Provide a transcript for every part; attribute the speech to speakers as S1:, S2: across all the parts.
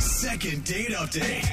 S1: Second date update.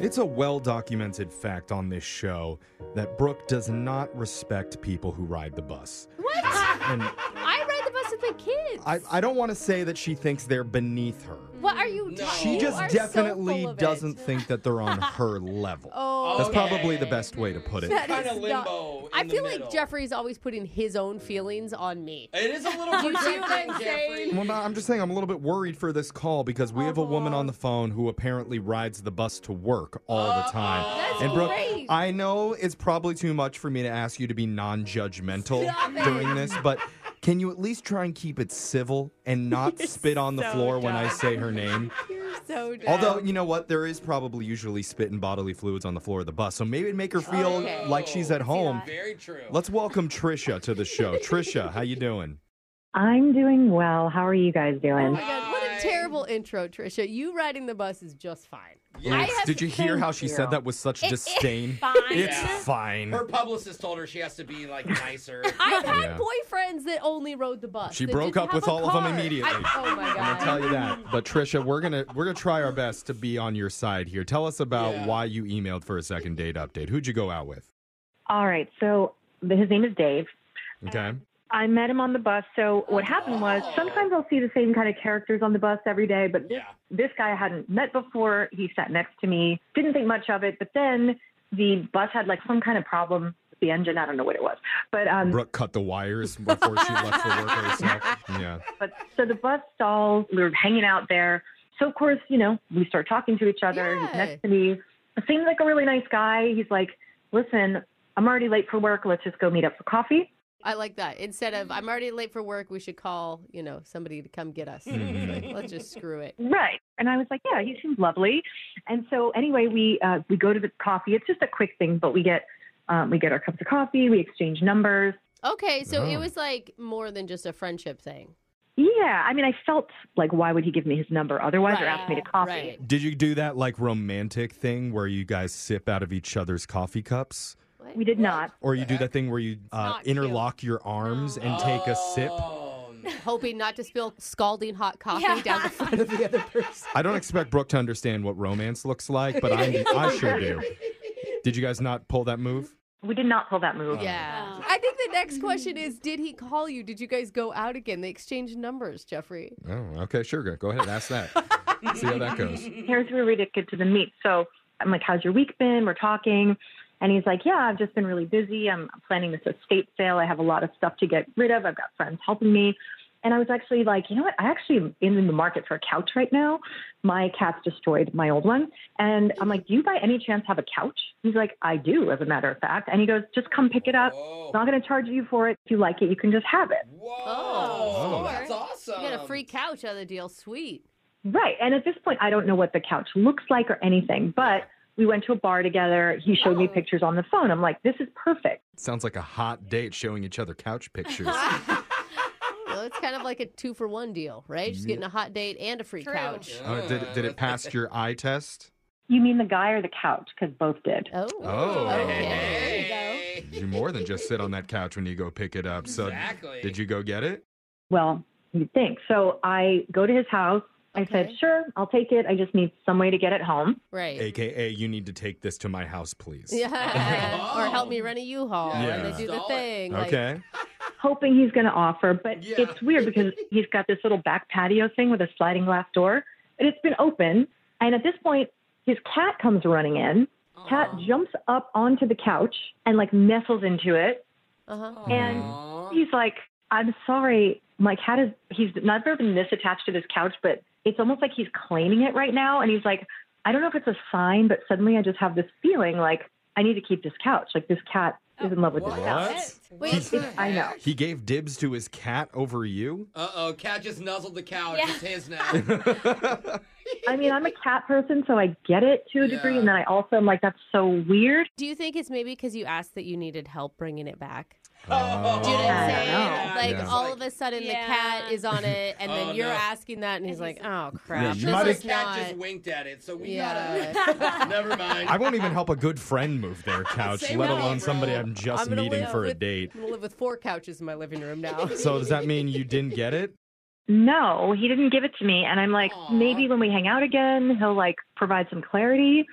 S2: It's a well documented fact on this show that Brooke does not respect people who ride the bus.
S3: What?
S2: And
S3: I ride the bus with the kids.
S2: I, I don't want to say that she thinks they're beneath her.
S3: what are you? No.
S2: She just definitely doesn't think that they're on her level.
S3: Oh,
S2: That's
S4: Okay.
S2: probably the best way to put it.
S3: that
S4: Kinda
S3: is not-
S4: limbo in
S3: I
S4: the
S3: feel
S4: middle.
S3: like Jeffrey's always putting his own feelings on me.
S4: It is a little
S3: You see what I'm
S4: conflicting,
S3: saying?
S4: Jeffrey.
S2: Well, no, I'm just saying I'm a little bit worried for this call because we have a woman on the phone who apparently rides the bus to work all
S3: Oh.
S2: the time.
S3: That's
S2: and Brooke,
S3: great.
S2: I know it's probably too much for me to ask you to be non-judgmental
S3: Stop it.
S2: during this, but can you at least try and keep it civil and not spit on the
S3: so
S2: floor when I
S3: dumb.
S2: say her name?
S3: You're so dumb.
S2: Although, you know what? There is probably usually spit and bodily fluids on the floor of the bus, so maybe it'd make her feel
S3: Okay.
S2: like she's at home.
S3: that.
S4: Very true.
S2: Let's welcome Trisha to the show. Trisha, how you doing?
S5: I'm doing well. How are you guys
S3: Oh
S5: doing?
S3: my god, what a terrible intro, Trisha. You riding the bus is just fine. I
S2: Oops.
S3: have-
S2: Did you hear how she said
S5: you.
S2: that with such disdain?
S3: Fine.
S2: It's
S4: Yeah.
S2: fine.
S4: Her publicist told her she has to be like nicer.
S3: I've had
S2: Yeah.
S3: boyfriends that only rode the bus.
S2: She
S3: that
S2: broke
S3: didn't
S2: up
S3: have
S2: with
S3: a
S2: all of them
S3: car.
S2: immediately.
S3: I- oh my god.
S2: I'll tell you that. But Trisha, we're gonna we're gonna try our best to be on your side here. Tell us about
S4: Yeah.
S2: why you emailed for a second date update. Who'd you go out with?
S5: All right. So th- his name is Dave.
S2: Okay.
S5: I met him on the bus. So what happened was
S4: Oh.
S5: sometimes I'll see the same kind of characters on the bus every day, but this,
S4: Yeah.
S5: this guy I hadn't met before. He sat next to me. Didn't think much of it, but then the bus had like some kind of problem with the engine. I don't know what it was, but um,
S2: Brooke cut the wires before she left for work herself. Yeah.
S5: but so the bus stalls. We were hanging out there. So of course, you know, we start talking to each other. He's
S3: Yeah.
S5: next to me. Seems like a really nice guy. He's like, listen, I'm already late for work. Let's just go meet up for coffee.
S3: I like that. Instead of I'm already late for work, we should call, you know, somebody to come get us.
S2: Mhm.
S3: Like, let's just screw it.
S5: Right. And I was like, yeah, he seems lovely. And so anyway, we uh, we go to the coffee. It's just a quick thing, but we get um, we get our cups of coffee. We exchange numbers.
S3: Okay, so it
S2: Oh.
S3: was like more than just a friendship thing.
S5: Yeah, I mean, I felt like, why would he give me his number otherwise, or ask me to coffee?
S3: Right.
S2: Did you do that like romantic thing where you guys sip out of each other's coffee cups?
S5: We did not.
S2: Or you do that thing where you uh,
S3: not cute.
S2: interlock your arms and take a sip?
S4: Oh, no.
S3: Hoping not to spill scalding hot coffee down the front of the other person.
S2: I don't expect Brooke to understand what romance looks like, but I, I sure do. Did you guys not pull that move?
S5: We did not pull that move.
S3: Yeah. Mm-hmm. I think the next question is Did he call you? Did you guys go out again? They exchanged numbers, Jeffrey.
S2: Oh, okay, sure. go- Go ahead, ask that. See how that goes.
S5: here's where we did get to the meat. So I'm like, how's your week been? We're talking. And he's like, yeah, I've just been really busy. I'm planning this estate sale. I have a lot of stuff to get rid of. I've got friends helping me. And I was actually like, you know what? I actually am in the market for a couch right now. My cat's destroyed my old one. And I'm like, do you by any chance have a couch? He's like, I do, as a matter of fact. And he goes, just come pick it up.
S4: Whoa.
S5: Not going to charge you for it. If you like it, you can just have it.
S4: Whoa.
S3: Oh,
S4: That's awesome.
S3: You got a free couch out of the deal. Sweet.
S5: Right. And at this point, I don't know what the couch looks like or anything, but we went to a bar together. He showed me pictures on the phone. I'm like, this is perfect.
S2: Sounds like a hot date showing each other couch pictures. Uh,
S3: Well, it's kind of like a two for one deal, right? Just getting a hot date and a free couch.
S2: Uh, did, did it pass your eye test?
S5: You mean the guy or the couch? Because both did.
S3: Oh.
S2: Oh.
S3: Okay.
S4: Hey.
S2: You more than just sit on that couch when you go pick it up. So,
S4: Exactly.
S2: did you go get it?
S5: Well, you'd think. So I go to his house. I
S3: Okay.
S5: said, sure, I'll take it. I just need some way to get it home.
S3: Right.
S2: AKA, you need to take this to my house, please.
S3: Yeah.
S4: Oh.
S3: Or help me run a U-Haul.
S4: Yeah.
S3: And they do the
S4: Install it.
S3: thing. like-
S2: Okay.
S5: Hoping he's going to offer, but
S4: Yeah.
S5: it's weird because he's got this little back patio thing with a sliding glass door, and it's been open. And at this point, his cat comes running in. Cat jumps up onto the couch and like nestles into it.
S3: uh-huh.
S5: And
S4: Aw.
S5: he's like, I'm sorry, my cat is, he's not ever been this attached to this couch, but it's almost like he's claiming it right now. And he's like, I don't know if it's a sign, but suddenly I just have this feeling like I need to keep this couch. Like this cat is in love with this couch.
S2: What?
S3: Wait.
S5: I know.
S2: He gave dibs to his cat over you?
S4: Uh oh, cat just nuzzled the couch.
S6: Yeah.
S4: It's his
S2: Oh.
S4: now. Oh.
S5: I mean, I'm a cat person, so I get it to a degree. And then I also am like, that's so weird.
S3: Do you think it's maybe because you asked that you needed help bringing it back?
S2: Oh.
S3: Do you know what I'm
S5: I don't
S3: saying?
S5: know.
S3: Like
S2: Yeah.
S3: all of a sudden the
S6: Yeah.
S3: cat is on it, and then
S4: Oh,
S3: you're
S4: no.
S3: asking that, and he's like, "Oh crap,
S2: Yeah, you
S3: this
S2: might
S4: the
S2: have-
S3: is
S4: cat
S3: not."
S4: just winked at it, so we
S3: yeah.
S4: gotta. Never mind.
S2: I won't even help a good friend move their couch,
S3: Say
S2: let
S3: no,
S2: alone
S3: bro.
S2: somebody I'm just
S3: I'm gonna
S2: meeting
S3: live
S2: for a
S3: with-
S2: date.
S3: I'm gonna live with four couches in my living room now.
S2: So, does that mean you didn't get it?
S5: no, he didn't give it to me. And I'm like,
S4: Aw.
S5: maybe when we hang out again, he'll like provide some clarity.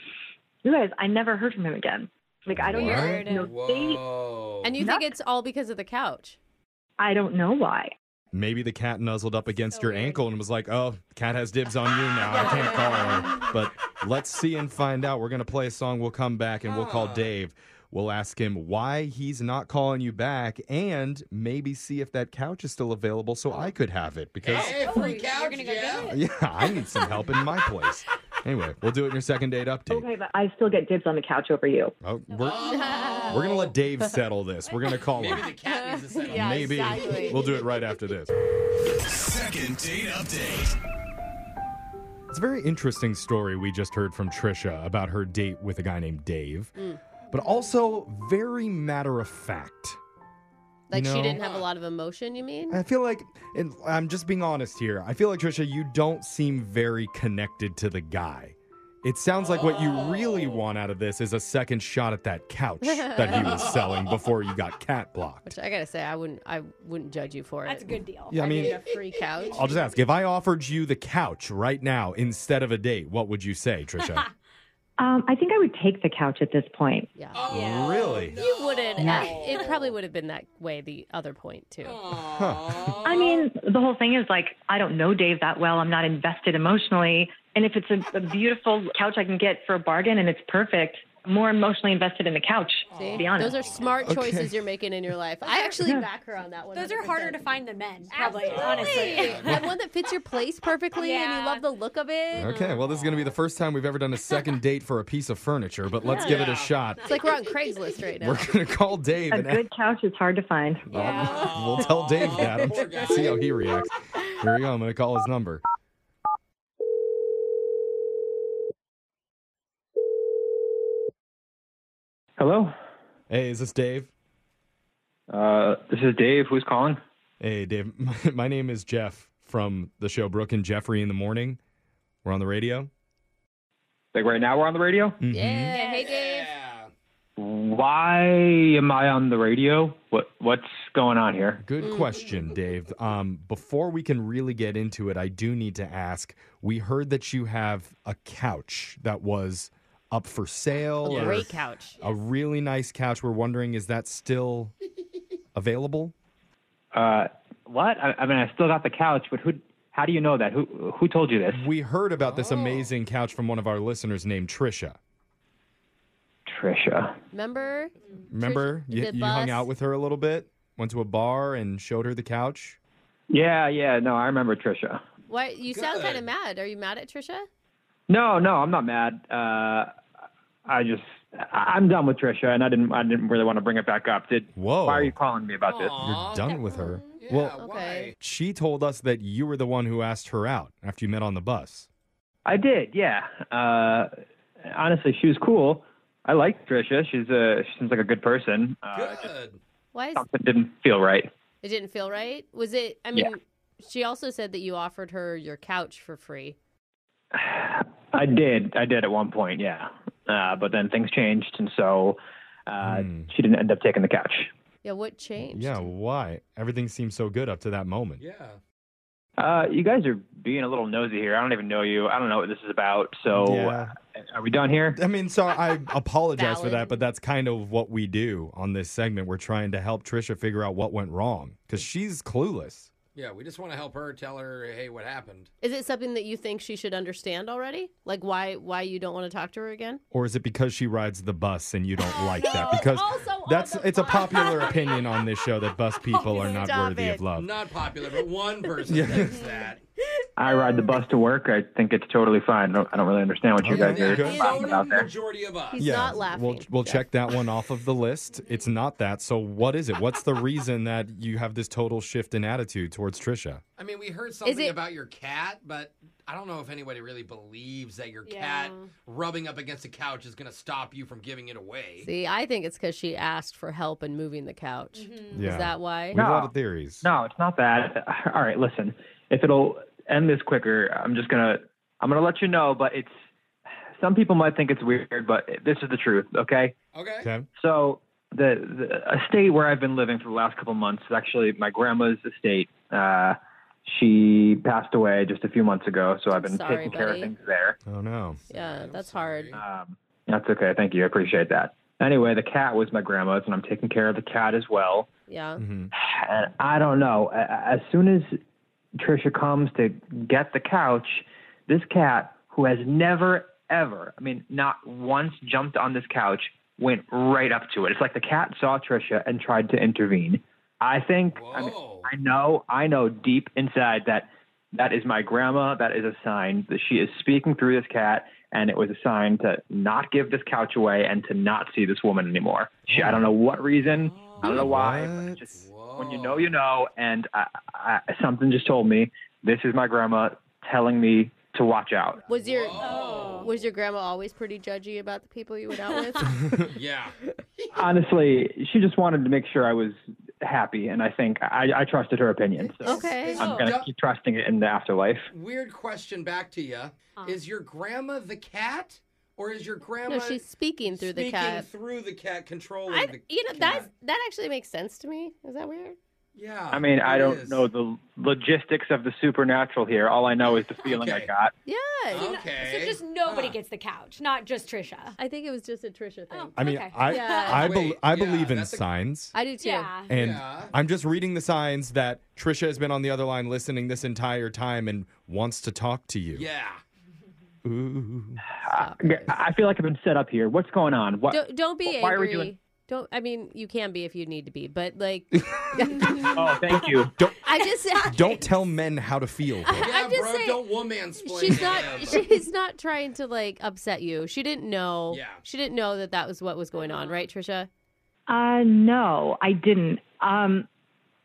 S5: You guys, I never heard from him again. Like, I don't know.
S2: Weird.
S5: No date.
S4: Whoa.
S3: And you think it's all because of the couch?
S5: I don't know why.
S2: Maybe the cat nuzzled up against
S3: So
S2: your
S3: weird.
S2: ankle and was like, oh, cat has dibs on you now. I can't call her. But let's see and find out. We're going to play a song. We'll come back and we'll call
S4: Ah.
S2: Dave. We'll ask him why he's not calling you back and maybe see if that couch is still available so I could have it because,
S4: Hey,
S6: Oh,
S4: free
S6: you're
S4: couch,
S6: gonna go
S4: Jeff.
S6: get it?
S2: yeah, I need some help in my place. Anyway, we'll do it in your second date update.
S5: Okay, but I still get dibs on the couch over you.
S2: Oh, we're,
S4: Oh.
S2: we're going to let Dave settle this. We're going to call
S4: Maybe
S2: him.
S4: the cat needs to settle.
S3: Yeah.
S2: Maybe.
S3: exactly.
S2: We'll do it right after this.
S1: Second date update.
S2: It's a very interesting story we just heard from Trisha about her date with a guy named Dave, but also very matter of fact.
S3: Like
S2: No.
S3: she didn't have a lot of emotion, you mean?
S2: I feel like, and I'm just being honest here, I feel like, Trisha, you don't seem very connected to the guy. It sounds like what you really want out of this is a second shot at that couch that he was selling before you got cat blocked.
S3: Which I gotta say, I wouldn't. I wouldn't judge you for
S6: That's a
S3: it.
S6: good deal.
S2: Yeah, I mean, uh,
S3: a free couch.
S2: I'll just ask if I offered you the couch right now instead of a date, what would you say, Trisha?
S5: Um, I think I would take the couch at this point.
S3: Yeah.
S4: Oh,
S6: Yeah.
S2: Really?
S4: no.
S3: You wouldn't.
S5: Yeah.
S3: It it probably would have been that way the other point too.
S4: Aw.
S5: I mean, the whole thing is like, I don't know Dave that well. I'm not invested emotionally. And if it's a, a beautiful couch I can get for a bargain and it's perfect, I'm more emotionally invested in the couch,
S3: See?
S5: to be honest.
S3: Those are smart
S2: Okay.
S3: choices you're making in your life. I actually back her on that one.
S6: Those are harder to find than men, probably, honestly.
S3: Absolutely. and one that fits your place perfectly, and you
S6: Yeah.
S3: love the look of it.
S2: Okay, well, this is going to be the first time we've ever done a second date for a piece of furniture, but let's give it a
S4: Yeah.
S2: shot.
S3: It's like we're on Craigslist right now.
S2: We're going to call Dave
S5: a
S2: and
S5: good couch is hard to find.
S2: Um, we'll tell Dave that.
S4: Aw, poor guy.
S2: and see how he reacts. Here we go. I'm going to call his number.
S7: Hello.
S2: Hey, is this Dave?
S7: Uh, this is Dave. Who's calling?
S2: Hey, Dave. My, my name is Jeff from the show Brooke and Jeffrey in the Morning. We're on the radio.
S7: Like right now, we're on the radio.
S2: Mhm.
S3: Yeah. Hey, Dave.
S4: Yeah.
S7: Why am I on the radio? What What's going on here?
S2: Good question, Dave. Um, before we can really get into it, I do need to ask. We heard that you have a couch that was up for sale.
S3: A
S2: or-
S3: great couch.
S2: a really nice couch. We're wondering, is that still available?
S7: Uh, what? I, I mean, I still got the couch, but who? How do you know that? Who Who told you this?
S2: We heard about this amazing couch from one of our listeners named Trisha.
S7: Trisha.
S3: Remember?
S2: Remember,
S3: Trish-
S2: you,
S3: the
S2: you hung
S3: bus.
S2: out with her a little bit, went to a bar, and showed her the couch.
S7: Yeah, yeah. No, I remember Trisha.
S3: Why you sound
S4: Good.
S3: kind of mad? Are you mad at Trisha?
S7: No, no, I'm not mad. Uh, I just I- I'm done with Trisha, and I didn't I didn't really want to bring it back up. Did
S2: Whoa.
S7: Why are you calling me about this?
S4: Aw.
S2: You're done with her.
S4: Oh, Yeah,
S2: Well,
S3: Okay.
S2: she told us that you were the one who asked her out after you met on the bus.
S7: I did, yeah. Uh, honestly, she was cool. I liked Trisha. She's a she seems like a good person. Uh,
S4: why?
S7: just
S4: Good.
S3: Why is
S7: something didn't feel right.
S3: it didn't feel right? Was it? I mean,
S7: Yeah.
S3: she also said that you offered her your couch for free.
S7: I did, I did at one point, yeah. Uh, but then things changed, and so uh,
S2: Hmm.
S7: she didn't end up taking the couch.
S3: Yeah. What changed?
S2: Yeah, why? Everything seemed so good up to that moment.
S4: Yeah.
S7: Uh, you guys are being a little nosy here. I don't even know you. I don't know what this is about. So,
S2: Yeah.
S7: uh, are we done here?
S2: I mean, so I apologize for that,
S3: Valid.
S2: but that's kind of what we do on this segment. We're trying to help Trisha figure out what went wrong because she's clueless.
S4: Yeah. We just want to help her. Tell her, hey, what happened?
S3: Is it something that you think she should understand already? Like why why you don't want to talk to her again?
S2: Or is it because she rides the bus and you don't like that?
S3: it's
S2: Because
S3: also on
S2: that's
S3: oh, the
S2: it's a
S3: bus. Oh,
S2: popular opinion on this show that bus people are not
S3: Stop
S2: worthy
S3: it.
S2: of love.
S4: Not popular, but one person thinks that.
S7: I ride the bus to work. I think it's totally fine. I don't, I don't really understand what you
S2: Okay,
S7: guys are
S2: good.
S7: talking about there.
S4: majority of us.
S3: He's not laughing.
S2: We'll we'll check that one off of the list. It's not that. So what is it? What's the reason that you have this total shift in attitude towards Trisha?
S4: I mean, we heard something
S3: it-
S4: about your cat, but I don't know if anybody really believes that your cat
S6: Yeah.
S4: rubbing up against a couch is going to stop you from giving it away.
S3: See, I think it's because she asked for help in moving the couch.
S6: Mm-hmm.
S2: Yeah.
S3: Is that why?
S2: We have a lot
S7: No.
S2: of theories.
S7: No, it's not that. All right, listen. If it'll end this quicker, I'm just gonna I'm gonna let you know. But it's some people might think it's weird, but this is the truth. Okay.
S4: Okay.
S2: Okay.
S7: So the, the estate where I've been living for the last couple months is actually my grandma's estate. Uh, She passed away just a few months ago, so I've been
S3: Sorry,
S7: taking care of
S3: buddy.
S7: things there.
S2: Oh no.
S3: Yeah,
S4: I'm
S3: that's
S4: sorry.
S3: hard.
S7: Um, that's okay. Thank you. I appreciate that. Anyway, the cat was my grandma's, and I'm taking care of the cat as well.
S3: Yeah.
S2: hmm
S7: And I don't know. a- a- As soon as Trisha comes to get the couch, this cat, who has never, ever, I mean, not once jumped on this couch, went right up to it. It's like the cat saw Trisha and tried to intervene. I think, I, mean,
S4: Whoa.
S7: I know, I know deep inside that that is my grandma. That is a sign that she is speaking through this cat. And it was a sign to not give this couch away and to not see this woman anymore. She, I don't know what reason. I don't know why. But
S2: What?
S7: it just, when you know, you know. And I, I, something just told me this is my grandma telling me to watch out.
S3: Was your
S4: Whoa.
S3: was your grandma always pretty judgy about the people you went out with?
S4: Yeah.
S7: Honestly, she just wanted to make sure I was happy, and I think I, I trusted her opinion. So
S3: okay.
S7: I'm gonna
S4: Don't-
S7: keep trusting it in the afterlife.
S4: Weird question back to you. Is your grandma the cat, or is your grandma
S3: No, she's speaking through the
S4: speaking
S3: cat.
S4: through the cat, controlling
S3: I,
S4: the
S3: you know
S4: cat?
S3: that's that actually makes sense to me. Is that weird?
S4: yeah.
S7: I mean, I
S4: it
S7: don't
S4: is.
S7: know the logistics of the supernatural here. All I know is the feeling
S4: Okay.
S7: I got.
S3: Yeah.
S4: Okay.
S6: So just nobody
S4: Huh.
S6: gets the couch, not just Trisha.
S3: I think it was just a Trisha thing.
S6: Oh.
S2: I mean,
S6: Okay.
S2: I
S3: Yeah.
S2: I, bel
S4: Wait,
S2: I
S4: yeah,
S2: believe in
S4: that's a-
S2: signs.
S3: I do too.
S6: Yeah.
S2: And
S4: Yeah.
S2: I'm just reading the signs that Trisha has been on the other line listening this entire time and wants to talk to you.
S4: Yeah.
S2: Ooh.
S7: I, I feel like I've been set up here. What's going on? What?
S3: Don't, don't be
S7: Why are we
S3: angry.
S7: doing-
S3: Don't. I mean, you can be if you need to be, but like,
S7: Oh, thank you.
S3: I just
S2: Don't tell men how to feel. bro.
S4: Yeah,
S3: I'm just
S4: bro,
S3: saying,
S4: don't woman splain.
S3: She's not. She's not trying to like upset you. She didn't know.
S4: Yeah.
S3: She didn't know that that was what was going on, right, Trisha?
S5: Uh, no, I didn't. Um,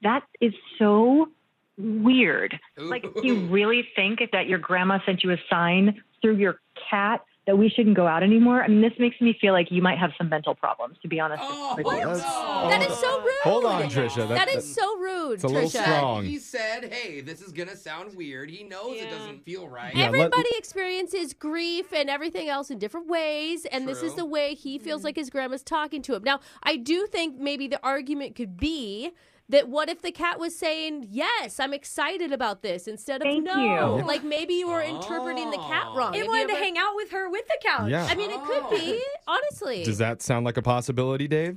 S5: that is so weird. Like, you really think that your grandma sent you a sign through your cat that we shouldn't go out anymore? I mean, this makes me feel like you might have some mental problems, to be honest.
S4: Oh,
S5: with you.
S2: That's-
S4: no.
S3: That is
S2: hold
S3: so
S4: Oh.
S2: on.
S3: rude.
S2: Hold on, Trisha.
S3: That
S2: That-
S3: is so rude,
S2: It's a little
S3: Trisha.
S2: strong.
S4: He said, "Hey, this is gonna sound weird. He knows it
S6: Yeah.
S4: doesn't feel right."
S2: Yeah, let-
S3: Everybody experiences grief and everything else in different ways, and this is
S4: True.
S3: the way he feels like his grandma's talking to him. Now, I do think maybe the argument could be that what if the cat was saying, Yes, I'm excited about this instead of
S5: Thank
S3: no?
S5: you.
S3: Like maybe you were interpreting the cat
S4: Oh.
S3: wrong.
S6: It
S3: Have
S6: wanted
S3: you
S6: to
S3: ever-
S6: hang out with her with the couch.
S2: Yeah.
S3: I mean, it could be, honestly.
S2: Does that sound like a possibility, Dave?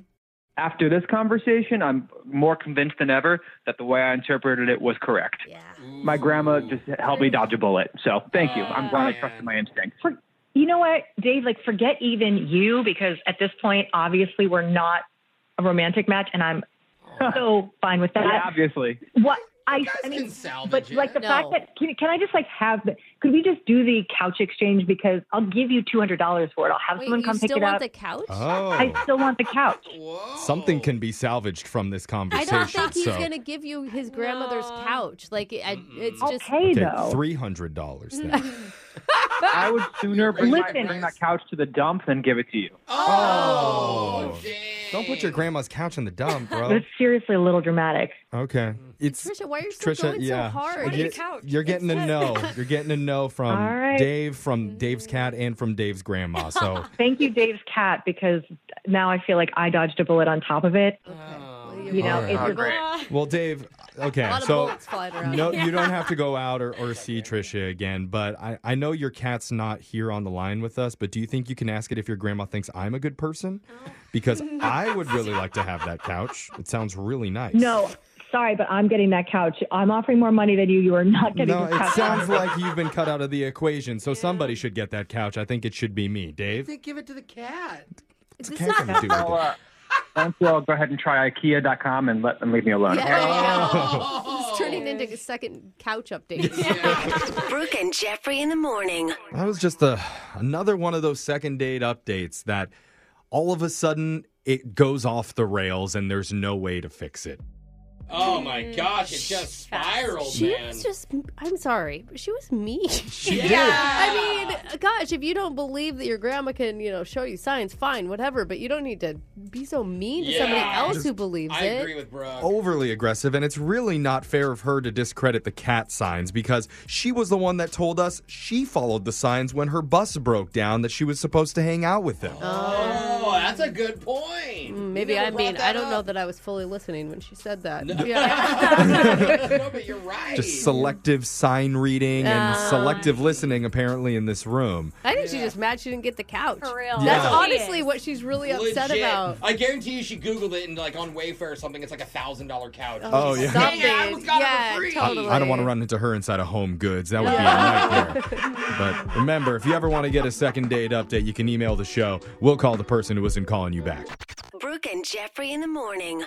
S7: After this conversation, I'm more convinced than ever that the way I interpreted it was correct.
S6: Yeah.
S7: My grandma just helped me dodge a bullet. So thank you. I'm glad I
S4: Oh,
S7: trusted
S4: man.
S7: my instincts.
S5: For, you know what, Dave? Like, forget even you because at this point, obviously, we're not a romantic match, and I'm so fine with that.
S7: Yeah, obviously.
S5: What I,
S4: Oh. You guys
S5: I
S4: can
S5: mean,
S4: salvage
S5: but like the
S3: it.
S5: fact
S3: No.
S5: that can, can I just like have? The, could we just do the couch exchange because I'll give you two hundred dollars for it. I'll have
S3: Wait,
S5: someone
S3: you
S5: come pick
S3: still
S5: it
S3: want
S5: up.
S3: the couch?
S2: Oh.
S5: I still want the couch.
S4: Whoa.
S2: Something can be salvaged from this
S3: I
S2: conversation.
S3: don't think he's
S2: so.
S3: going to give you his grandmother's
S6: No.
S3: couch. Like, it, I, it's just.
S5: okay,
S2: Okay,
S5: though.
S2: three hundred dollars. Then
S7: I would sooner bring, my,
S5: Listen.
S7: bring my couch to the dump than give it to you.
S4: Oh,
S2: Oh.
S4: dang.
S2: don't put your grandma's couch in the dump, bro.
S5: That's seriously a little dramatic.
S2: Okay, it's
S3: Trisha, why are you still
S2: Trisha.
S3: going
S2: yeah,
S3: so hard?
S6: Why
S2: You-
S6: the couch?
S2: You're getting a no. You're getting a no from
S5: All right.
S2: Dave, from Dave's cat, and from Dave's grandma. So
S5: Thank you, Dave's cat, because now I feel like I dodged a bullet on top of it. You
S2: Oh,
S5: know,
S2: All
S5: it's
S2: right.
S5: a-
S7: Great.
S2: Well, Dave, okay,
S3: A lot of
S2: so
S3: bullets flying around.
S2: no, you don't have to go out or, or see Trisha again, but I, I know your cat's not here on the line with us, but do you think you can ask it if your grandma thinks I'm a good person? Because I would really like to have that couch. It sounds really nice.
S5: no, sorry, but I'm getting that couch. I'm offering more money than you. You are not getting
S2: No,
S5: this
S2: it
S5: couch.
S2: sounds like you've been cut out of the equation, so somebody should get that couch. I think it should be me, Dave.
S4: They give it to the cat.
S2: It's not do with
S4: Oh.
S7: Well,
S2: it.
S7: uh, why don't you all go ahead and try IKEA.com and let them leave me alone.
S3: Yeah,
S7: okay?
S3: there you go.
S4: Oh.
S3: It's turning into a second couch update.
S8: Brooke and Jeffrey in the morning.
S2: That was just a, another one of those second date updates that all of a sudden it goes off the rails and there's no way to fix it.
S4: Oh my gosh, it just spiraled,
S3: She
S4: man.
S3: was just, I'm sorry, but she was mean.
S2: She
S3: I mean, gosh, if you don't believe that your grandma can, you know, show you signs, fine, whatever, but you don't need to be so mean to somebody
S4: Yeah.
S3: else who
S4: Just-
S3: believes
S4: I
S3: it.
S4: agree with Brooke.
S2: overly aggressive, and it's really not fair of her to discredit the cat signs because she was the one that told us she followed the signs when her bus broke down that she was supposed to hang out with them.
S4: Oh, that's a good point. mean.
S3: Um, mm, Maybe
S4: You never
S3: I mean,
S4: brought
S3: I don't know
S4: up.
S3: that I was fully listening when she said that.
S4: No.
S3: Yeah.
S4: no, but you're right.
S2: Just selective sign reading and selective listening, apparently, in this room.
S3: I think she's just mad she didn't get the couch.
S6: For real.
S3: That's
S2: Yeah.
S3: honestly what she's really upset
S4: Legit.
S3: about.
S4: I guarantee you, she Googled it and like on Wayfair or something. It's like a thousand dollar couch.
S2: Oh, yeah.
S3: Stop
S4: Dang it, I
S3: it.
S4: almost got it for
S3: yeah,
S4: free.
S3: totally.
S2: I don't want to run into her inside of Home Goods. That would be a nightmare. But remember, if you ever want to get a second date update, you can email the show. We'll call the person who isn't calling you back.
S8: Brooke and Jeffrey in the morning.